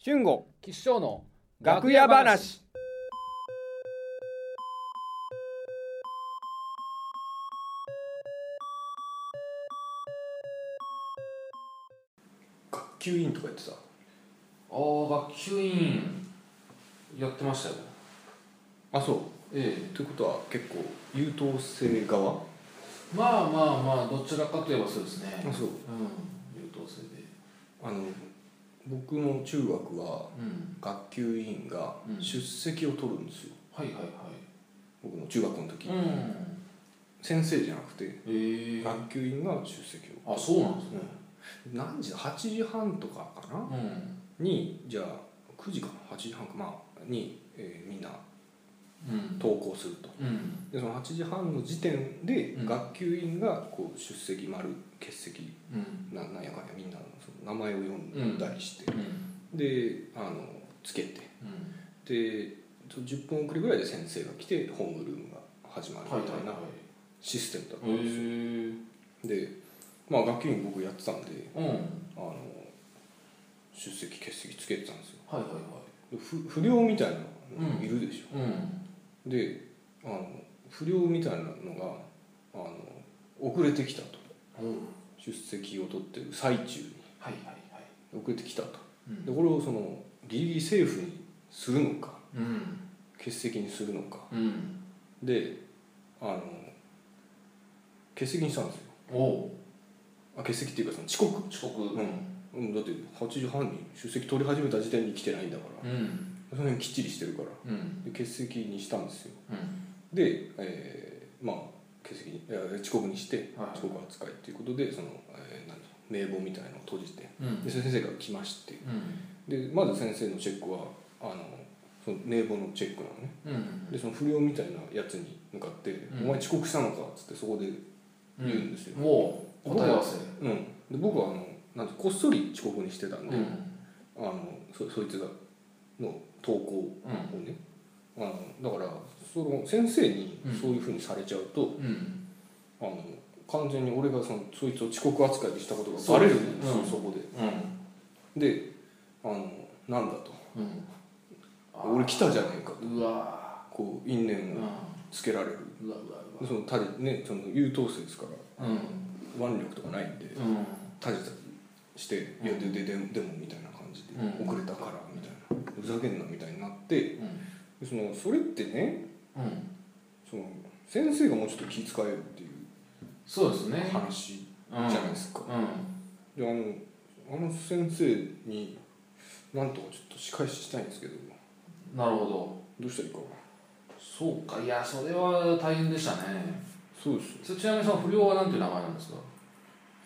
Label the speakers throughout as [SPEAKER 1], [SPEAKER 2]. [SPEAKER 1] 俊吾
[SPEAKER 2] 吉祥の
[SPEAKER 1] 楽屋話
[SPEAKER 3] 学級委員とかやってた
[SPEAKER 2] ああ学級委員やってましたよ
[SPEAKER 3] あそう
[SPEAKER 2] ええ
[SPEAKER 3] ということは結構優等生側
[SPEAKER 2] まあまあまあどちらかといえばそうですね
[SPEAKER 3] あそう
[SPEAKER 2] うん優等生で
[SPEAKER 3] あの僕の中学は
[SPEAKER 2] うん
[SPEAKER 3] 学級委員が
[SPEAKER 2] うん
[SPEAKER 3] 出席を取るんですよ、
[SPEAKER 2] はいはいは
[SPEAKER 3] 僕の中学の時、
[SPEAKER 2] いうん
[SPEAKER 3] 先生じゃなくて
[SPEAKER 2] ええ
[SPEAKER 3] 学級委員が出席を、
[SPEAKER 2] あそうなんですね
[SPEAKER 3] うん何時だ8時半とかかな
[SPEAKER 2] うん
[SPEAKER 3] にじゃあ9時かな8時半かまあに、えーみんな
[SPEAKER 2] うん
[SPEAKER 3] 登校すると
[SPEAKER 2] うん
[SPEAKER 3] でその8時半の時点で
[SPEAKER 2] うん
[SPEAKER 3] 学級委員がこう出席丸欠席
[SPEAKER 2] うん
[SPEAKER 3] ななんやかんやみんなのその名前を呼んだりして、
[SPEAKER 2] うん
[SPEAKER 3] であのつけて
[SPEAKER 2] うん
[SPEAKER 3] でそう10分遅れぐらいで先生が来てホームルームが始まるみたいなシステムだった
[SPEAKER 2] へえ
[SPEAKER 3] んですよ、でまあ学級委員僕やってたんで
[SPEAKER 2] うんはい
[SPEAKER 3] あの出席欠席つけてたんですよ
[SPEAKER 2] はいは
[SPEAKER 3] でふ不良みたいなの
[SPEAKER 2] うん
[SPEAKER 3] いるでし
[SPEAKER 2] いうん
[SPEAKER 3] ょ、であの不良みたいなのがあの遅れてきたと
[SPEAKER 2] うん
[SPEAKER 3] 出席を取ってる最中に
[SPEAKER 2] はいはいはい
[SPEAKER 3] 遅れてきたと
[SPEAKER 2] うん
[SPEAKER 3] でこれをそのギリギリセーフにするのか
[SPEAKER 2] うん
[SPEAKER 3] 欠席にするのか
[SPEAKER 2] うん
[SPEAKER 3] であの欠席にしたんですよ
[SPEAKER 2] お
[SPEAKER 3] あ
[SPEAKER 2] う
[SPEAKER 3] 欠席っていうかその遅刻
[SPEAKER 2] 遅刻
[SPEAKER 3] うんうんだって8時半に出席取り始めた時点に来てないんだから
[SPEAKER 2] うん
[SPEAKER 3] その辺きっちりしてるから
[SPEAKER 2] うん
[SPEAKER 3] で欠席にしたんですよ
[SPEAKER 2] うん
[SPEAKER 3] で、えーまあ欠席にいや遅刻にして
[SPEAKER 2] はい
[SPEAKER 3] 遅刻扱いっていうことでその、えー、何名簿みたいのを閉じて
[SPEAKER 2] うん
[SPEAKER 3] で先生が来まして
[SPEAKER 2] うん
[SPEAKER 3] でまず先生のチェックはあのその名簿のチェックなのね
[SPEAKER 2] うん
[SPEAKER 3] でその不良みたいなやつに向かって
[SPEAKER 2] う
[SPEAKER 3] 「
[SPEAKER 2] ん
[SPEAKER 3] お前遅刻したのか」っつってそこで言うんですよ、
[SPEAKER 2] もう答え合わせ
[SPEAKER 3] うんで僕はあのなんてこっそり遅刻にしてた
[SPEAKER 2] うんん
[SPEAKER 3] で、あのそそいつがの投稿をね、あのだからその先生に
[SPEAKER 2] うん
[SPEAKER 3] そういうふうにされちゃうと、
[SPEAKER 2] うん
[SPEAKER 3] あの完全に俺がそのそいつを遅刻扱いにしたことが
[SPEAKER 2] そう
[SPEAKER 3] バレ
[SPEAKER 2] で
[SPEAKER 3] る
[SPEAKER 2] すね
[SPEAKER 3] んですよ
[SPEAKER 2] うん
[SPEAKER 3] そこで
[SPEAKER 2] うん
[SPEAKER 3] であのなんだと
[SPEAKER 2] うん
[SPEAKER 3] 俺来たじゃねえか
[SPEAKER 2] うわ
[SPEAKER 3] こう因
[SPEAKER 2] うん
[SPEAKER 3] 縁
[SPEAKER 2] う
[SPEAKER 3] を
[SPEAKER 2] わ
[SPEAKER 3] つけられる
[SPEAKER 2] うわ
[SPEAKER 3] でそのたじねその優等生ですから
[SPEAKER 2] うわうん
[SPEAKER 3] 腕力とかないんで
[SPEAKER 2] うん
[SPEAKER 3] たじたじして「いやででででも」みたいな感じで「
[SPEAKER 2] うん
[SPEAKER 3] 遅れたから」みたいな「ふざけんな」みたいになって
[SPEAKER 2] うん
[SPEAKER 3] でそのそれってね
[SPEAKER 2] うん
[SPEAKER 3] その先生がもうちょっと気遣えるっていう
[SPEAKER 2] そうですね
[SPEAKER 3] 話じ
[SPEAKER 2] う
[SPEAKER 3] ゃ
[SPEAKER 2] ん
[SPEAKER 3] ないですか、であのあの先生になんとかちょっと仕返ししたいんですけど
[SPEAKER 2] うんなるほど
[SPEAKER 3] どうしたらいいか
[SPEAKER 2] そうかいやそれは大変でしたね
[SPEAKER 3] そうですよ
[SPEAKER 2] そちなみにその不良はなんていう名前なんですか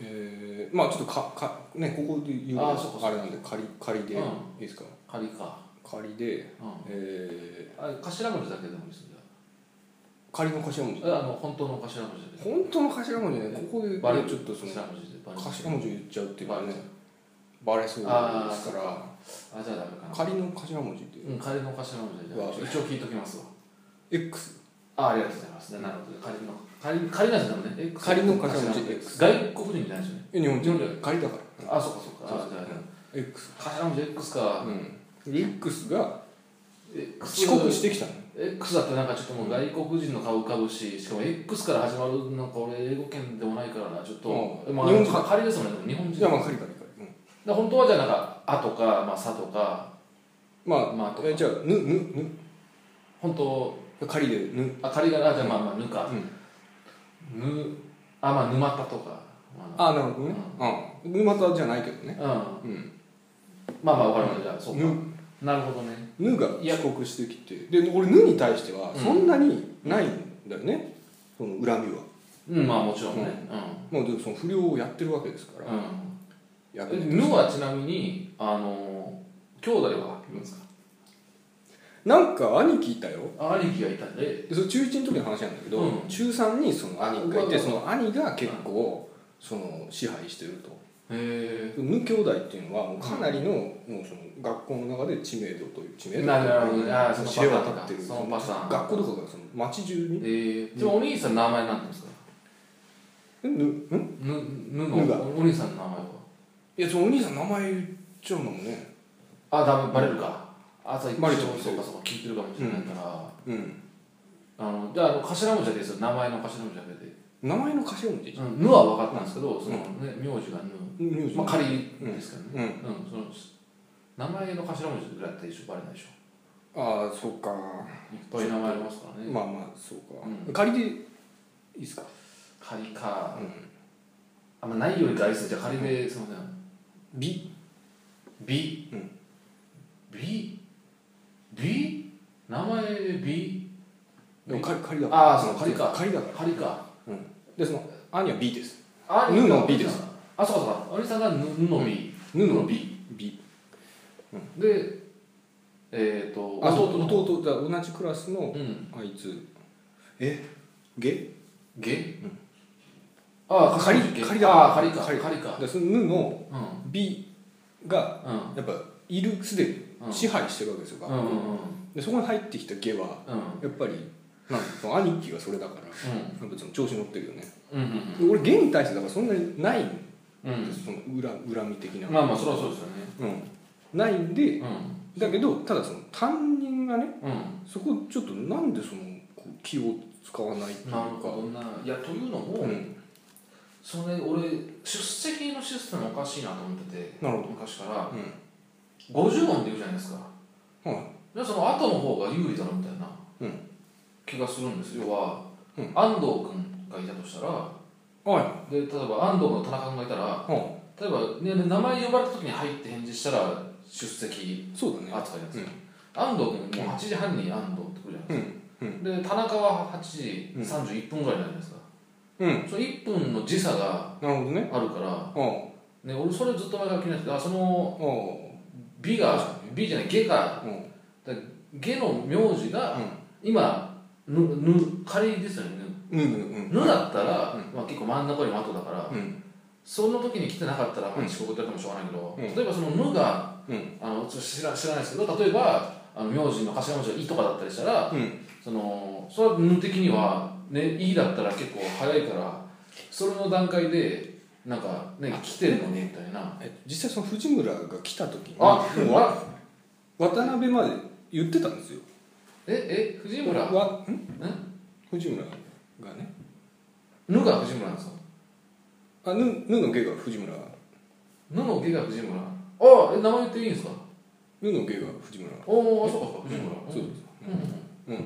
[SPEAKER 3] えー、まあちょっとかかねここで言う
[SPEAKER 2] あーそうかそうか
[SPEAKER 3] あれなんで仮仮で、
[SPEAKER 2] うん
[SPEAKER 3] いいですか
[SPEAKER 2] 仮か
[SPEAKER 3] 仮で
[SPEAKER 2] うん
[SPEAKER 3] えー、
[SPEAKER 2] あ頭文字だけでもいいですね
[SPEAKER 3] 仮の頭文字
[SPEAKER 2] じゃああの本当の頭文字で
[SPEAKER 3] 本当の頭文字ねここで、
[SPEAKER 2] バレ
[SPEAKER 3] ね、
[SPEAKER 2] る
[SPEAKER 3] ちょっとその
[SPEAKER 2] 頭文字でバレる
[SPEAKER 3] 頭文字言っちゃうっていうのは
[SPEAKER 2] バレ
[SPEAKER 3] ね
[SPEAKER 2] ちゃ
[SPEAKER 3] バレそうですか
[SPEAKER 2] あじゃあダメからな
[SPEAKER 3] 仮の頭文字って
[SPEAKER 2] うん、仮の頭文字でじゃあ
[SPEAKER 3] わ
[SPEAKER 2] 一応聞いときますわ
[SPEAKER 3] X
[SPEAKER 2] あありがとうございますなるほど仮の仮仮なんですもんね X
[SPEAKER 3] 仮の頭文字
[SPEAKER 2] 頭
[SPEAKER 3] X
[SPEAKER 2] 外国人じゃないですよね
[SPEAKER 3] え日本人で仮だから
[SPEAKER 2] あそうかそうかあじゃあじゃ
[SPEAKER 3] X
[SPEAKER 2] あ頭文字 X か
[SPEAKER 3] うんで X が
[SPEAKER 2] X
[SPEAKER 3] 遅刻してきたの
[SPEAKER 2] X だってなんかちょっともう外国人の顔浮かぶししかも X から始まるなんか俺英語圏でもないからなちょっと、
[SPEAKER 3] うん
[SPEAKER 2] まあ、
[SPEAKER 3] 日本人
[SPEAKER 2] か仮ですもんね日本人
[SPEAKER 3] いやまあ仮仮仮うん
[SPEAKER 2] で本当はじゃあなんか「あ」とか「まあ、さ」とか
[SPEAKER 3] まあ
[SPEAKER 2] まあとか
[SPEAKER 3] えじゃあぬぬ
[SPEAKER 2] 本当
[SPEAKER 3] ぬ仮でぬ
[SPEAKER 2] あ仮があじゃあまあまあ「ぬ」か
[SPEAKER 3] うん
[SPEAKER 2] 「ぬ」あまあ「沼田」とか、まあ
[SPEAKER 3] あなるほどねうん沼田じゃないけどね
[SPEAKER 2] うん
[SPEAKER 3] うん
[SPEAKER 2] まあまあわかりましたじゃあそうか
[SPEAKER 3] ぬ
[SPEAKER 2] なるほどね
[SPEAKER 3] ぬが遅刻してきてで俺ぬに対してはそんなにないんだよねその恨みは
[SPEAKER 2] うんまあもちろんね
[SPEAKER 3] まあでもその不良をやってるわけですから
[SPEAKER 2] う
[SPEAKER 3] や
[SPEAKER 2] んうんぬはちなみにあのー兄弟はいるんですか
[SPEAKER 3] なんか兄貴いたよ
[SPEAKER 2] あ兄貴がいたんで
[SPEAKER 3] でそれ中1の時の話なんだけど、
[SPEAKER 2] うん
[SPEAKER 3] 中3にその兄がいて
[SPEAKER 2] うん
[SPEAKER 3] その兄が結構その支配してると
[SPEAKER 2] へえ
[SPEAKER 3] 無兄弟っていうのはもうかなりの,、もうその学校の中で知名度という知名度
[SPEAKER 2] なるほどねあーその
[SPEAKER 3] 知れ渡ってる
[SPEAKER 2] パターンかそのパターン
[SPEAKER 3] 学校とかがその町中に
[SPEAKER 2] えでもお兄さんの名前なんていうんですか
[SPEAKER 3] えぬん
[SPEAKER 2] ぬぬ
[SPEAKER 3] ぬが
[SPEAKER 2] のお兄さんの名前はい
[SPEAKER 3] やそのお兄さん名前言っちゃうのもね
[SPEAKER 2] あダメバレるか、朝一
[SPEAKER 3] バレ
[SPEAKER 2] 応
[SPEAKER 3] ちゃう
[SPEAKER 2] そうかそうか聞いてるかもしれないから、
[SPEAKER 3] うん
[SPEAKER 2] あのじゃああの頭文字だけですよ名前の頭文字だけで
[SPEAKER 3] 名前の頭文字
[SPEAKER 2] 「ぬ」は分かったんですけど、そのね名字が「ぬ
[SPEAKER 3] 名」字
[SPEAKER 2] まあ仮ですけどね、
[SPEAKER 3] うん
[SPEAKER 2] うんその名前の頭文字ぐらいだったら一緒バレないでしょ
[SPEAKER 3] ああそうか
[SPEAKER 2] いっぱい名前ありますからね
[SPEAKER 3] まあまあそうか、
[SPEAKER 2] う
[SPEAKER 3] 仮でいいっすか
[SPEAKER 2] 仮か
[SPEAKER 3] うん
[SPEAKER 2] あんまないよりかありですねじゃあ仮ですいません
[SPEAKER 3] 美
[SPEAKER 2] B、B B 名前で B
[SPEAKER 3] でも仮仮だ
[SPEAKER 2] あーそう仮か
[SPEAKER 3] 仮だか
[SPEAKER 2] 仮から
[SPEAKER 3] でその「あ」には B です
[SPEAKER 2] あ
[SPEAKER 3] ぬの B です
[SPEAKER 2] あそうかそうかありさんがぬぬの B、
[SPEAKER 3] 「ぬ」の
[SPEAKER 2] B
[SPEAKER 3] B
[SPEAKER 2] でえっ、ー、と
[SPEAKER 3] あ
[SPEAKER 2] 弟の
[SPEAKER 3] 弟弟だ同じクラスの
[SPEAKER 2] うん
[SPEAKER 3] あいつえゲ
[SPEAKER 2] ゲ、ああ
[SPEAKER 3] 仮
[SPEAKER 2] ゲ
[SPEAKER 3] 仮だから
[SPEAKER 2] ああ仮か仮
[SPEAKER 3] 仮
[SPEAKER 2] か
[SPEAKER 3] だその「ぬ」の
[SPEAKER 2] うん
[SPEAKER 3] B が
[SPEAKER 2] うん
[SPEAKER 3] やっぱいるすでに
[SPEAKER 2] うん
[SPEAKER 3] 支配してるわけですよ、
[SPEAKER 2] うんうんうん
[SPEAKER 3] でそこに入ってきたゲは
[SPEAKER 2] う
[SPEAKER 3] や
[SPEAKER 2] ん
[SPEAKER 3] っぱりなんかその兄貴がそれだから
[SPEAKER 2] う
[SPEAKER 3] やっぱその調子乗ってるよね、
[SPEAKER 2] ん
[SPEAKER 3] で俺ゲに対してだからそんなにないんで
[SPEAKER 2] うんうん
[SPEAKER 3] す、その恨恨み的な、
[SPEAKER 2] まあまあそれはそうですよね
[SPEAKER 3] うん、ないんで
[SPEAKER 2] うん
[SPEAKER 3] だけどただその担任がね
[SPEAKER 2] うん
[SPEAKER 3] そこちょっとなんでそのこう気を使わないっていう
[SPEAKER 2] な
[SPEAKER 3] か
[SPEAKER 2] るほどないやというのも、
[SPEAKER 3] うん、
[SPEAKER 2] そのね俺出席のシステムおかしいなと思ってて
[SPEAKER 3] なるほど
[SPEAKER 2] 昔から50音で言うじゃないですか
[SPEAKER 3] はい
[SPEAKER 2] でその後の方が有利だろみたいな
[SPEAKER 3] う
[SPEAKER 2] 気がするんですよ要は、
[SPEAKER 3] う
[SPEAKER 2] 安藤君がいたとしたら
[SPEAKER 3] は
[SPEAKER 2] で例えば安藤君の田中君がいたら
[SPEAKER 3] い、は
[SPEAKER 2] 例えば、ね、名前呼ばれた時に「はい」って返事したら出席
[SPEAKER 3] い、そうだね
[SPEAKER 2] 扱いなんですよ、安藤君もう8時半に安藤って来るじゃないですか
[SPEAKER 3] うん
[SPEAKER 2] で田中は8時31分ぐらいになるじゃないですか、
[SPEAKER 3] うん
[SPEAKER 2] その1分の時差が
[SPEAKER 3] なるほどね
[SPEAKER 2] あるから、
[SPEAKER 3] ああ
[SPEAKER 2] ね、俺それずっと前から気になっててあそ
[SPEAKER 3] ああ
[SPEAKER 2] の B が B じゃない下が
[SPEAKER 3] うんうん
[SPEAKER 2] 下の名字が今ぬぬ仮ですよね
[SPEAKER 3] うんうん
[SPEAKER 2] ぬぬだったら、まあ、結構真ん中よりも後だから
[SPEAKER 3] うん
[SPEAKER 2] その時に来てなかったら、まあ、遅刻だってもしょうがないけど、例えばその「ぬ」が、
[SPEAKER 3] うん
[SPEAKER 2] あのちょっと知ら知らないですけど例えばあの名字の頭文字が「い」とかだったりしたら
[SPEAKER 3] うん
[SPEAKER 2] そのそれは運的には、ね、いいだったら結構早いからそれの段階でなんかね来てるのねみたいな
[SPEAKER 3] え実際その藤村が来た時に
[SPEAKER 2] あ
[SPEAKER 3] もうわ渡辺まで言ってたんですよ
[SPEAKER 2] ええ藤村
[SPEAKER 3] わん
[SPEAKER 2] ん
[SPEAKER 3] 藤村がね
[SPEAKER 2] ぬが藤村なんですか
[SPEAKER 3] あぬぬの芸が藤村
[SPEAKER 2] ぬの下が藤村ああえ名前言っていいんですか
[SPEAKER 3] ぬの芸が藤村
[SPEAKER 2] おおそうかそうか藤村
[SPEAKER 3] そう
[SPEAKER 2] うんう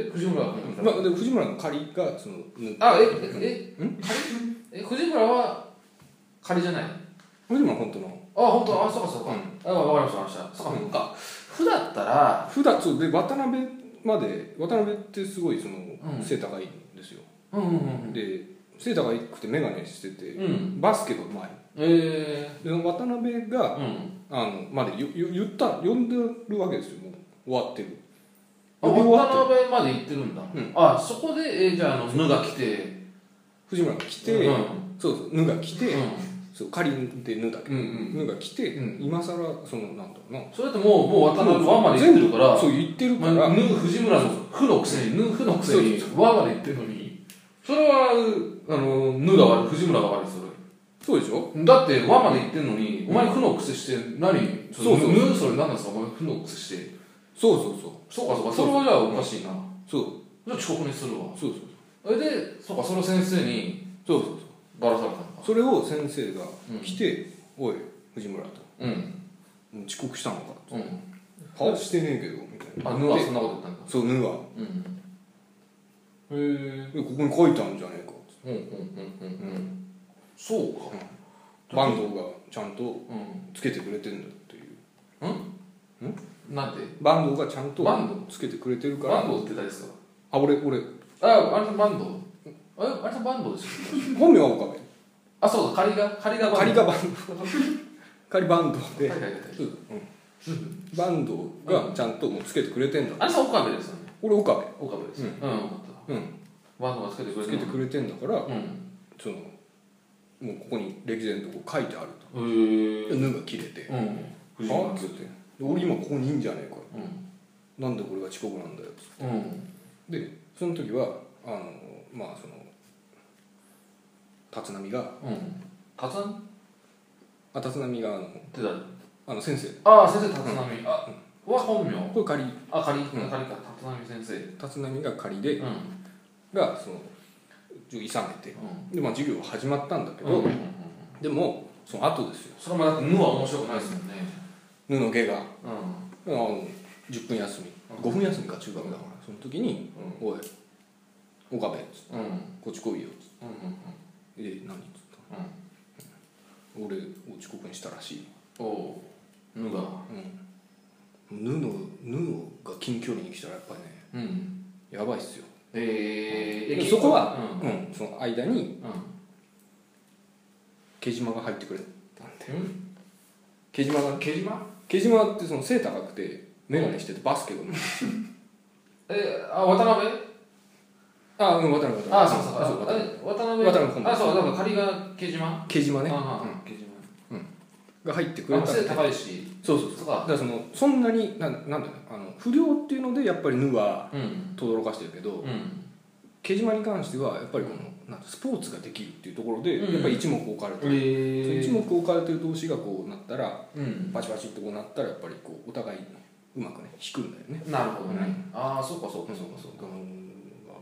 [SPEAKER 2] んで藤村は
[SPEAKER 3] です、まあ、で藤村の仮がそのぬ
[SPEAKER 2] あえええ仮え藤村は仮じゃないあ
[SPEAKER 3] 藤村本当の
[SPEAKER 2] 本当あそうかそうか
[SPEAKER 3] う
[SPEAKER 2] あわかりましたわかりましたそうかそうかふだったら
[SPEAKER 3] 普段そうで渡辺まで渡辺ってすごいその
[SPEAKER 2] うん
[SPEAKER 3] 背高いんですよ、
[SPEAKER 2] うんうんうん
[SPEAKER 3] で背高くて眼鏡してて、
[SPEAKER 2] うん
[SPEAKER 3] バスケがうまい
[SPEAKER 2] え
[SPEAKER 3] でその渡辺が
[SPEAKER 2] ーうん
[SPEAKER 3] あのまでよよ言った呼んでるわけですよもう終わってる
[SPEAKER 2] あ
[SPEAKER 3] 呼び終わって
[SPEAKER 2] 渡辺まで行ってるんだ、あそこで、えーじゃああの「ぬ」が来て
[SPEAKER 3] 藤村が来て、
[SPEAKER 2] うん
[SPEAKER 3] そうそう「ぬ」が来て、
[SPEAKER 2] うん
[SPEAKER 3] そう仮で「ぬ」だけど「
[SPEAKER 2] うん
[SPEAKER 3] ぬ」が来て、
[SPEAKER 2] う
[SPEAKER 3] 今更そのなんだろうな
[SPEAKER 2] それってもうもう渡辺和まで行ってるから
[SPEAKER 3] 全部そう言ってるから、
[SPEAKER 2] まあぬ」藤村の「ふ」のくせに「ぬ」「ふ」のくせに和まで行ってるのにそれはあの「ぬ」が悪い藤村が悪いそ
[SPEAKER 3] そうでしょ
[SPEAKER 2] れだって和まで行ってるのに、お前「ふ」のくせして何
[SPEAKER 3] そうそう
[SPEAKER 2] ぬ」ぬそれ何なんですかお前「ふ」のくせして
[SPEAKER 3] そうそうそう
[SPEAKER 2] そうかそうかそれはじゃあおかしいな
[SPEAKER 3] そう
[SPEAKER 2] じゃあ遅刻にするわ
[SPEAKER 3] そうそう
[SPEAKER 2] それでそうかその先生に
[SPEAKER 3] そうそう
[SPEAKER 2] バラされたの
[SPEAKER 3] それを先生が来て「おい藤村と
[SPEAKER 2] うん
[SPEAKER 3] もう遅刻したのか
[SPEAKER 2] うん」
[SPEAKER 3] はしてねえけど」みたいな
[SPEAKER 2] あぬは
[SPEAKER 3] で
[SPEAKER 2] そんなこと言ったんだ
[SPEAKER 3] そう「ぬ」は
[SPEAKER 2] へえ
[SPEAKER 3] でここに書いてあるんじゃねえか
[SPEAKER 2] うんうんうんうんうんそうか
[SPEAKER 3] 坂東がちゃんと
[SPEAKER 2] う
[SPEAKER 3] つけてくれてんだっていうん
[SPEAKER 2] なんで
[SPEAKER 3] バンドがちゃんと
[SPEAKER 2] バン
[SPEAKER 3] つけてくれてるから
[SPEAKER 2] バンド売ってたりですか
[SPEAKER 3] あ俺俺
[SPEAKER 2] ああれバンドあれあれバンドですよ
[SPEAKER 3] 本名は岡部
[SPEAKER 2] あそうだ仮が仮がバン
[SPEAKER 3] 仮
[SPEAKER 2] ド
[SPEAKER 3] がバンド仮バンドで
[SPEAKER 2] はいはいはいはい
[SPEAKER 3] うんバンドがちゃんともうつけてくれてんだ
[SPEAKER 2] あれさ岡部ですよね
[SPEAKER 3] 俺岡部
[SPEAKER 2] 岡部ですようんよかった
[SPEAKER 3] うん
[SPEAKER 2] バンドがつけてくれ
[SPEAKER 3] つ
[SPEAKER 2] て
[SPEAKER 3] け
[SPEAKER 2] る
[SPEAKER 3] てくれてんだから
[SPEAKER 2] うん
[SPEAKER 3] そのもうここに歴然とこう書いてある
[SPEAKER 2] へえ
[SPEAKER 3] と脱が切れて
[SPEAKER 2] うん
[SPEAKER 3] あっ
[SPEAKER 2] 藤島
[SPEAKER 3] つってで俺今ここにいんじゃねえか
[SPEAKER 2] うん
[SPEAKER 3] なんで俺が遅刻なんだよつって
[SPEAKER 2] うん
[SPEAKER 3] でその時はあのまあその立浪が
[SPEAKER 2] うん立たんっ
[SPEAKER 3] あ立浪があの
[SPEAKER 2] て誰
[SPEAKER 3] ああの先生
[SPEAKER 2] ああ先生立浪、あは本名
[SPEAKER 3] これ仮
[SPEAKER 2] あ仮
[SPEAKER 3] う
[SPEAKER 2] 仮
[SPEAKER 3] ん
[SPEAKER 2] か立浪先生
[SPEAKER 3] 立浪が仮で
[SPEAKER 2] うん
[SPEAKER 3] がそのいさめてで、まあ、授業は始まったんだけ
[SPEAKER 2] うんう
[SPEAKER 3] ど、
[SPEAKER 2] んうん
[SPEAKER 3] でもその後ですよ
[SPEAKER 2] それもだって「ぬ」は面白くないですもんね
[SPEAKER 3] 布毛があ
[SPEAKER 2] うん
[SPEAKER 3] の10分休み
[SPEAKER 2] う
[SPEAKER 3] 5
[SPEAKER 2] ん
[SPEAKER 3] 分休みか中学だからその時に「おい岡部
[SPEAKER 2] うんうん
[SPEAKER 3] こっち来いよ」つって
[SPEAKER 2] うん
[SPEAKER 3] 「え何?」つった
[SPEAKER 2] うん
[SPEAKER 3] 「
[SPEAKER 2] うん
[SPEAKER 3] 俺を遅刻にしたらしい」
[SPEAKER 2] おおうぬが
[SPEAKER 3] うん布布が近距離に来たらやっぱりね
[SPEAKER 2] うん
[SPEAKER 3] やばいっすよ、
[SPEAKER 2] えー
[SPEAKER 3] で
[SPEAKER 2] え
[SPEAKER 3] そこは
[SPEAKER 2] うん
[SPEAKER 3] うん、その間に
[SPEAKER 2] うん
[SPEAKER 3] 毛島が入ってくれたんで
[SPEAKER 2] うん
[SPEAKER 3] 毛島が
[SPEAKER 2] 毛島
[SPEAKER 3] 毛島ってその背高くて眼鏡しててバスケが
[SPEAKER 2] えーあ渡辺
[SPEAKER 3] あうん渡辺渡辺
[SPEAKER 2] あそうそう
[SPEAKER 3] あそう
[SPEAKER 2] あ
[SPEAKER 3] 渡
[SPEAKER 2] え渡辺
[SPEAKER 3] 渡辺
[SPEAKER 2] あそうだから仮が毛島
[SPEAKER 3] 辺毛島ね
[SPEAKER 2] ああ
[SPEAKER 3] うん
[SPEAKER 2] 毛島
[SPEAKER 3] が入ってくれ
[SPEAKER 2] あ
[SPEAKER 3] たん
[SPEAKER 2] 背
[SPEAKER 3] で
[SPEAKER 2] 高いし
[SPEAKER 3] そうそう
[SPEAKER 2] そ
[SPEAKER 3] そうう
[SPEAKER 2] か
[SPEAKER 3] だからそのそんなになんなんだろうあの不良っていうのでやっぱりヌは
[SPEAKER 2] うん
[SPEAKER 3] とどろかしてるけど
[SPEAKER 2] うん
[SPEAKER 3] 毛島に関してはやっぱりこのなんてスポーツができるっていうところで
[SPEAKER 2] うん
[SPEAKER 3] やっぱり一目置かれてる、その
[SPEAKER 2] え
[SPEAKER 3] 一
[SPEAKER 2] ー
[SPEAKER 3] 目置かれてる同士がこうなったら
[SPEAKER 2] うん
[SPEAKER 3] バチバチってこうなったらやっぱりこうお互いうまくね引くんだよね
[SPEAKER 2] なるほどね、ああそうかそうかそうかそうか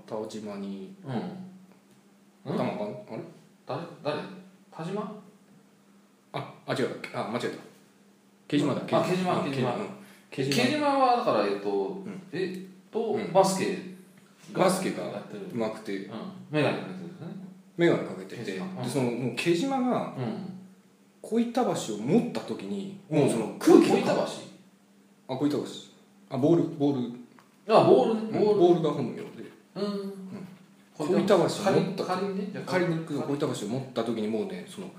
[SPEAKER 3] 田島に
[SPEAKER 2] うん、
[SPEAKER 3] 頭が、あれ
[SPEAKER 2] 誰誰田島
[SPEAKER 3] ああ違うあ間違えた毛島だ
[SPEAKER 2] あ毛島
[SPEAKER 3] うん
[SPEAKER 2] 毛島
[SPEAKER 3] うん
[SPEAKER 2] 毛
[SPEAKER 3] 毛
[SPEAKER 2] 島
[SPEAKER 3] 島
[SPEAKER 2] はだからえっと、えっと、
[SPEAKER 3] うん
[SPEAKER 2] バスケが
[SPEAKER 3] バスケが
[SPEAKER 2] やってる
[SPEAKER 3] うまくて
[SPEAKER 2] うんメガネかけてるんですね
[SPEAKER 3] 眼鏡かけてて
[SPEAKER 2] 毛
[SPEAKER 3] で
[SPEAKER 2] 島うん
[SPEAKER 3] そのもう毛島が
[SPEAKER 2] うん
[SPEAKER 3] 小板橋を持った時に
[SPEAKER 2] うん
[SPEAKER 3] もうその空気
[SPEAKER 2] 小板
[SPEAKER 3] があ小板橋あボールボール
[SPEAKER 2] 橋あボールねボール
[SPEAKER 3] ボールが本名で
[SPEAKER 2] うん
[SPEAKER 3] 小板橋を持
[SPEAKER 2] 仮
[SPEAKER 3] った
[SPEAKER 2] 仮にねじゃあ
[SPEAKER 3] 仮に小板橋を持った時にもうねその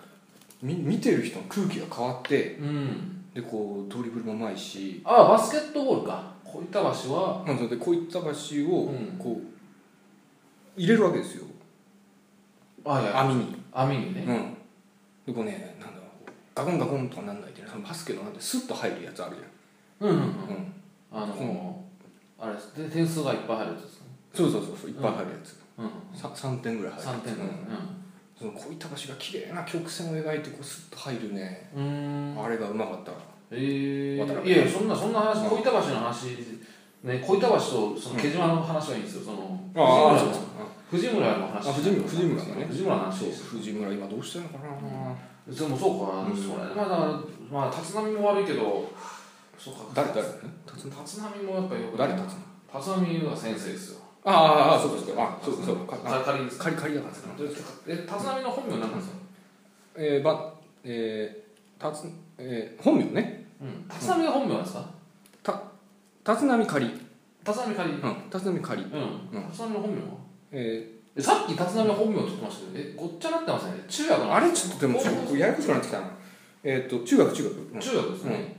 [SPEAKER 3] み見てる人の空気が変わって
[SPEAKER 2] うん
[SPEAKER 3] でこうドリブルもうまいし
[SPEAKER 2] あバスケットボールか小板橋は
[SPEAKER 3] なんでこういった橋を
[SPEAKER 2] うん
[SPEAKER 3] こう入れるわけですよ、
[SPEAKER 2] あいや
[SPEAKER 3] 網に、
[SPEAKER 2] 網にね
[SPEAKER 3] うん、でこうねなんだろうガコンガコンとかなんないでねバスケのなんてスッと入るやつあるじ
[SPEAKER 2] うんうんうん
[SPEAKER 3] ゃん、うん、
[SPEAKER 2] あのーあれですで点数がいっぱい入るやつですね
[SPEAKER 3] そうそうそうそういっぱい入るやつ、
[SPEAKER 2] うん
[SPEAKER 3] さ三 3, 点ぐらい入る
[SPEAKER 2] 3点ぐらいうん
[SPEAKER 3] そのこういった橋が綺麗な曲線を描いてこうスッと入るね、
[SPEAKER 2] うーん
[SPEAKER 3] あれがうまかった
[SPEAKER 2] えー、
[SPEAKER 3] 渡辺
[SPEAKER 2] いやいやそんなそんな話
[SPEAKER 3] うん
[SPEAKER 2] 小板橋の話ね小板橋とその毛島の話はいいんですよその藤
[SPEAKER 3] ああ
[SPEAKER 2] 村
[SPEAKER 3] そう
[SPEAKER 2] の
[SPEAKER 3] そう
[SPEAKER 2] 藤村の話
[SPEAKER 3] あ藤村藤村がね
[SPEAKER 2] 藤村の
[SPEAKER 3] あ
[SPEAKER 2] 話
[SPEAKER 3] そう
[SPEAKER 2] です
[SPEAKER 3] 藤村今どうしてんのかな、
[SPEAKER 2] でもそうか、
[SPEAKER 3] うん
[SPEAKER 2] それまあだからまあ立浪も悪いけどそうか
[SPEAKER 3] 誰誰
[SPEAKER 2] 立立浪もやっぱよく
[SPEAKER 3] 誰立
[SPEAKER 2] 立浪は先生ですよ
[SPEAKER 3] ああああそうそうそうあそうそうそう
[SPEAKER 2] か
[SPEAKER 3] あ
[SPEAKER 2] 仮です
[SPEAKER 3] 仮仮だからさ
[SPEAKER 2] え立浪の本名なんですか
[SPEAKER 3] えー、ば、えー、たつ、えー、本名ね。
[SPEAKER 2] うん立浪が本名なんですか
[SPEAKER 3] 立浪仮。うん、
[SPEAKER 2] 立浪
[SPEAKER 3] 立浪
[SPEAKER 2] 仮
[SPEAKER 3] 仮。
[SPEAKER 2] うん立浪の本名は
[SPEAKER 3] え
[SPEAKER 2] えさっき立浪の本名って言ってましたけどえごっちゃなってますね中学
[SPEAKER 3] ー、
[SPEAKER 2] の
[SPEAKER 3] あれちょっとでも、ややこしくなってきたな。えっ、ー、と、中学、中学。うん
[SPEAKER 2] 中学ですね、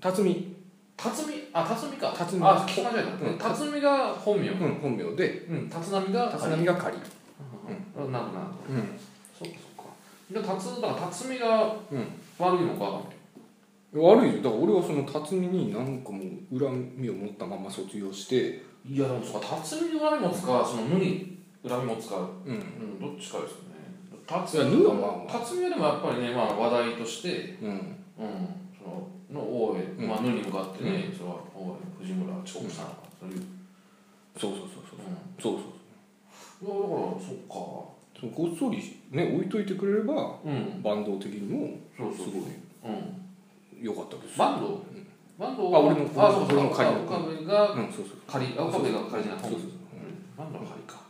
[SPEAKER 3] 辰巳、
[SPEAKER 2] 辰巳あ辰巳か
[SPEAKER 3] 辰巳
[SPEAKER 2] あ聞き間違えた、辰巳が本名
[SPEAKER 3] うん、本名で、
[SPEAKER 2] うん辰浪が
[SPEAKER 3] 立浪が仮。
[SPEAKER 2] うんうんなるほどなるほど
[SPEAKER 3] うん。
[SPEAKER 2] そっかそっかで辰だから辰巳が悪いのか、
[SPEAKER 3] 悪いよ。だから俺はその辰巳になんかもう恨みを持ったまま卒業して、
[SPEAKER 2] いやでもそっか辰巳に恨み持つかその無に恨み持つか
[SPEAKER 3] うん。
[SPEAKER 2] うんどっちかですよね
[SPEAKER 3] い
[SPEAKER 2] 辰
[SPEAKER 3] や、
[SPEAKER 2] 巳
[SPEAKER 3] ぬはまあまあ、
[SPEAKER 2] 辰巳はでもやっぱりね、まあ、話題として
[SPEAKER 3] うん。
[SPEAKER 2] うんそのの大江、
[SPEAKER 3] うん
[SPEAKER 2] まあ、ぬに向かってね、それは大江藤村遅刻したのか、そういう
[SPEAKER 3] そうそうそうそう。そうそう
[SPEAKER 2] いやだからそっ
[SPEAKER 3] そう。ごっそりね、置いといてくれれば、
[SPEAKER 2] かうん
[SPEAKER 3] バンド的にも、
[SPEAKER 2] そう
[SPEAKER 3] す
[SPEAKER 2] そう
[SPEAKER 3] ご
[SPEAKER 2] うん
[SPEAKER 3] い良かったです。
[SPEAKER 2] バンド、バンド
[SPEAKER 3] あ俺も
[SPEAKER 2] あそうそう
[SPEAKER 3] 俺も借り
[SPEAKER 2] あ岡部が
[SPEAKER 3] うん、そうそう。
[SPEAKER 2] 仮あ岡部が仮じゃない
[SPEAKER 3] そうそうそう。
[SPEAKER 2] バンドは仮か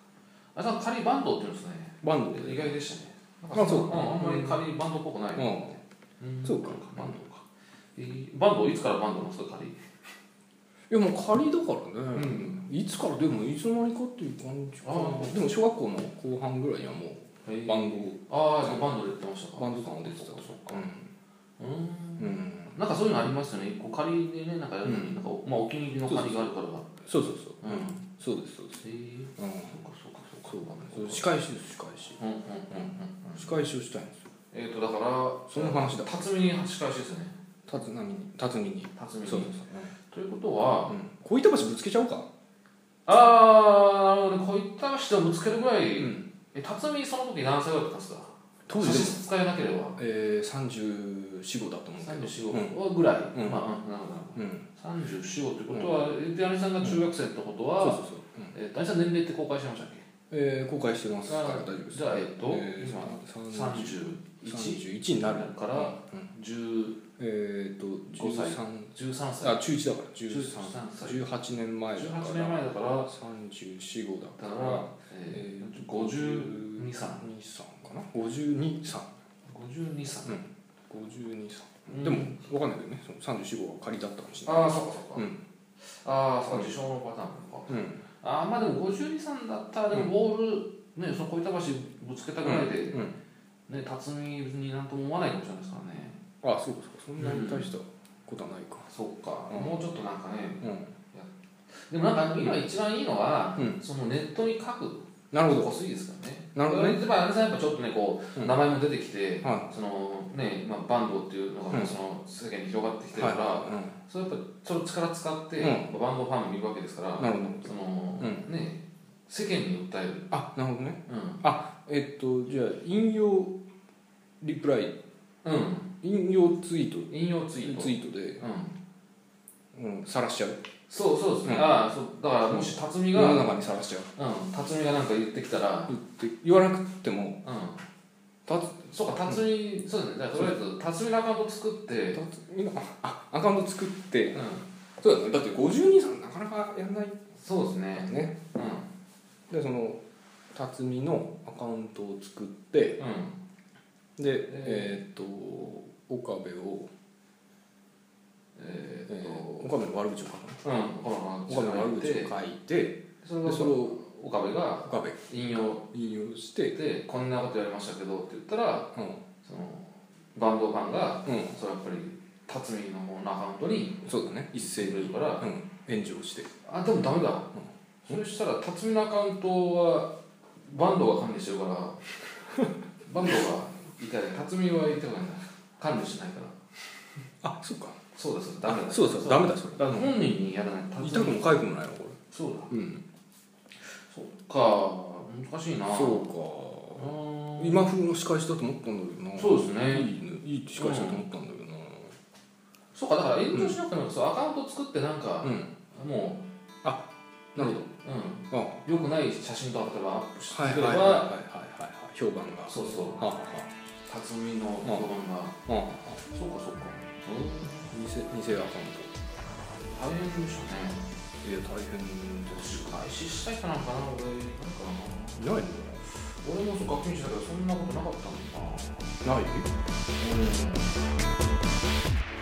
[SPEAKER 2] あじゃあ仮バンドって言うんですね
[SPEAKER 3] バンドで。
[SPEAKER 2] 意外でしたねなん
[SPEAKER 3] あそう
[SPEAKER 2] うん、あんまり仮バンドっぽくない、
[SPEAKER 3] うんそうか
[SPEAKER 2] バンドか、えーバンドいつからバンドなんですか仮
[SPEAKER 3] いやもう仮だからね、
[SPEAKER 2] う
[SPEAKER 3] いつからでもいつの間にかっていう感じかな
[SPEAKER 2] あ
[SPEAKER 3] でも小学校の後半ぐらいにはも
[SPEAKER 2] え
[SPEAKER 3] うバンド
[SPEAKER 2] ああじゃあバンドでやってましたか
[SPEAKER 3] バンド感が出てた
[SPEAKER 2] そうかそう
[SPEAKER 3] か
[SPEAKER 2] ううん
[SPEAKER 3] うん、うん、
[SPEAKER 2] なんかそういうのありますよねこう仮でねなんかやるのに、なんかまあお気に入りの仮があるから
[SPEAKER 3] そうそうそう
[SPEAKER 2] うん
[SPEAKER 3] そうですそうです
[SPEAKER 2] えー
[SPEAKER 3] うん
[SPEAKER 2] そうかそうかそうか
[SPEAKER 3] そうだね仕返しです仕返し
[SPEAKER 2] うんうんうん
[SPEAKER 3] 仕返しをしたいんですよ
[SPEAKER 2] うんえっ、ー、とだから
[SPEAKER 3] その話だ
[SPEAKER 2] 辰巳に仕返しですよね
[SPEAKER 3] 辰巳に辰巳に
[SPEAKER 2] 辰巳に
[SPEAKER 3] そうそう
[SPEAKER 2] ということは
[SPEAKER 3] そう、うん、小板橋ぶつけちゃおうか
[SPEAKER 2] ああなるほどねこういった人をぶつけるぐらい、
[SPEAKER 3] うん
[SPEAKER 2] え辰巳その時何歳ぐらいだったんですか
[SPEAKER 3] 当時
[SPEAKER 2] 差
[SPEAKER 3] でも
[SPEAKER 2] し支えなければ
[SPEAKER 3] えー、345だと思うんだけど
[SPEAKER 2] 34ぐらい、
[SPEAKER 3] うん
[SPEAKER 2] まあうんなるほ
[SPEAKER 3] う
[SPEAKER 2] ど
[SPEAKER 3] ん
[SPEAKER 2] 34ってことは、えで兄さんが中学生ってこと
[SPEAKER 3] そう
[SPEAKER 2] は、
[SPEAKER 3] そうそう、うん
[SPEAKER 2] えー、兄さん年齢って公開してましたっけ
[SPEAKER 3] えー、後悔してますから
[SPEAKER 2] あ
[SPEAKER 3] 大丈夫です
[SPEAKER 2] じゃあえっと
[SPEAKER 3] え
[SPEAKER 2] 今
[SPEAKER 3] ー、
[SPEAKER 2] 31
[SPEAKER 3] 31になる
[SPEAKER 2] から10
[SPEAKER 3] えー、っと
[SPEAKER 2] 5歳
[SPEAKER 3] 13
[SPEAKER 2] 13歳
[SPEAKER 3] あ中1だから
[SPEAKER 2] 13歳
[SPEAKER 3] 13 18年前だから
[SPEAKER 2] 18年前だから
[SPEAKER 3] 345だ
[SPEAKER 2] だ
[SPEAKER 3] か
[SPEAKER 2] からら、えー、52歳
[SPEAKER 3] 23かな523
[SPEAKER 2] 52歳、
[SPEAKER 3] 523でも分かんないけどねその34号は仮だったかもしれない
[SPEAKER 2] ああそうかそうか、
[SPEAKER 3] う
[SPEAKER 2] ああそうか受賞のパターンか
[SPEAKER 3] うん
[SPEAKER 2] ああまあでも52歳だったらでもボール、ねその小板橋ぶつけたぐらいで、
[SPEAKER 3] うん
[SPEAKER 2] ね辰巳になんとも思わないかもしれないですからね
[SPEAKER 3] ああそうかそうかそんなに大したことはないか
[SPEAKER 2] そうか、
[SPEAKER 3] うん
[SPEAKER 2] もうちょっとなんかね
[SPEAKER 3] うん
[SPEAKER 2] でもなんか今一番いいのは、
[SPEAKER 3] うん
[SPEAKER 2] そのネットに書く
[SPEAKER 3] なるほ
[SPEAKER 2] こすいですからね
[SPEAKER 3] なるほど
[SPEAKER 2] ねでまあ安倍さんやっぱちょっとねこう、
[SPEAKER 3] うん
[SPEAKER 2] 名前も出てきて、
[SPEAKER 3] どはい
[SPEAKER 2] そのねまあバンドっていうのがもう
[SPEAKER 3] うん
[SPEAKER 2] その世間に広がってきてる
[SPEAKER 3] は
[SPEAKER 2] か
[SPEAKER 3] い
[SPEAKER 2] ら、それやっぱちょっと力使って、
[SPEAKER 3] う
[SPEAKER 2] まあバンドファンもいるわけですから、
[SPEAKER 3] うんなるほど
[SPEAKER 2] その、
[SPEAKER 3] う
[SPEAKER 2] ね世間に訴える
[SPEAKER 3] あなるほどね
[SPEAKER 2] うん
[SPEAKER 3] あえっとじゃあ引用リプライ
[SPEAKER 2] うん
[SPEAKER 3] 引用ツイート
[SPEAKER 2] 引用ツイート
[SPEAKER 3] ツイートで
[SPEAKER 2] うん
[SPEAKER 3] うん晒しちゃう
[SPEAKER 2] そうそうですね、
[SPEAKER 3] うん
[SPEAKER 2] ああそうだからもし辰巳
[SPEAKER 3] 世
[SPEAKER 2] が、
[SPEAKER 3] の
[SPEAKER 2] うん、
[SPEAKER 3] 中に晒しちゃう
[SPEAKER 2] 辰巳がなんか言ってきたら
[SPEAKER 3] 言って言わなくても
[SPEAKER 2] うん
[SPEAKER 3] た
[SPEAKER 2] そうか辰巳、そうですねじゃあとりあえず辰巳のアカウント作って
[SPEAKER 3] だってみんなあアカウント作って
[SPEAKER 2] うん
[SPEAKER 3] そうだねだって52さんなかなかやんない
[SPEAKER 2] そうです
[SPEAKER 3] から
[SPEAKER 2] ね
[SPEAKER 3] ね
[SPEAKER 2] うんうん
[SPEAKER 3] でその辰巳のアカウントを作ってでえーっと岡部を
[SPEAKER 2] え
[SPEAKER 3] え
[SPEAKER 2] ーっと
[SPEAKER 3] ー岡部の悪口を書く
[SPEAKER 2] うん岡部の
[SPEAKER 3] 岡部の悪口を
[SPEAKER 2] で
[SPEAKER 3] 書いて
[SPEAKER 2] それ
[SPEAKER 3] で
[SPEAKER 2] を
[SPEAKER 3] それを
[SPEAKER 2] 岡部が
[SPEAKER 3] 岡部
[SPEAKER 2] 引用
[SPEAKER 3] 引用し
[SPEAKER 2] して
[SPEAKER 3] て
[SPEAKER 2] てこんなこと言われましたけどって言ったら
[SPEAKER 3] うん
[SPEAKER 2] そのバンドファンが
[SPEAKER 3] うん
[SPEAKER 2] それやっぱり辰巳の方のアカウントに
[SPEAKER 3] そうだね一斉
[SPEAKER 2] い
[SPEAKER 3] に
[SPEAKER 2] るから
[SPEAKER 3] うん炎上して
[SPEAKER 2] あでもダメだ、それしたら辰巳のアカウントはバンドが管理してるから バンドがいたい辰巳は言ってこないんだ管理しないから
[SPEAKER 3] あそうか
[SPEAKER 2] そうだそうだダメだ
[SPEAKER 3] あそうだそうだダメだそれ
[SPEAKER 2] だから本人にやらない
[SPEAKER 3] 痛くもかゆくもないわこ
[SPEAKER 2] そうだ
[SPEAKER 3] れうん
[SPEAKER 2] そっか難しいな
[SPEAKER 3] そうか
[SPEAKER 2] うーん
[SPEAKER 3] 今風の仕返しだと思ったんだけどな
[SPEAKER 2] そうですね
[SPEAKER 3] いいねいい仕返しだと思ったんだけどな
[SPEAKER 2] そうかだから炎上しなくても、そうアカウント作ってなんか
[SPEAKER 3] うん、
[SPEAKER 2] もう
[SPEAKER 3] なる
[SPEAKER 2] う
[SPEAKER 3] ほどあ
[SPEAKER 2] んよくない写真とか例えばアップして
[SPEAKER 3] はい
[SPEAKER 2] く
[SPEAKER 3] はい
[SPEAKER 2] れ
[SPEAKER 3] はい
[SPEAKER 2] ば、
[SPEAKER 3] はいはいはい評判が
[SPEAKER 2] そうそう
[SPEAKER 3] はあは
[SPEAKER 2] 辰巳の評判が、
[SPEAKER 3] あはあは
[SPEAKER 2] そうかそうかうん
[SPEAKER 3] あ偽偽アカウン
[SPEAKER 2] 大変でしたね
[SPEAKER 3] トいや大変
[SPEAKER 2] 仕返ししたいかなんかな俺なんかな
[SPEAKER 3] ない
[SPEAKER 2] 俺もそう学院したけどそんなことなかったのかな
[SPEAKER 3] のない
[SPEAKER 2] うん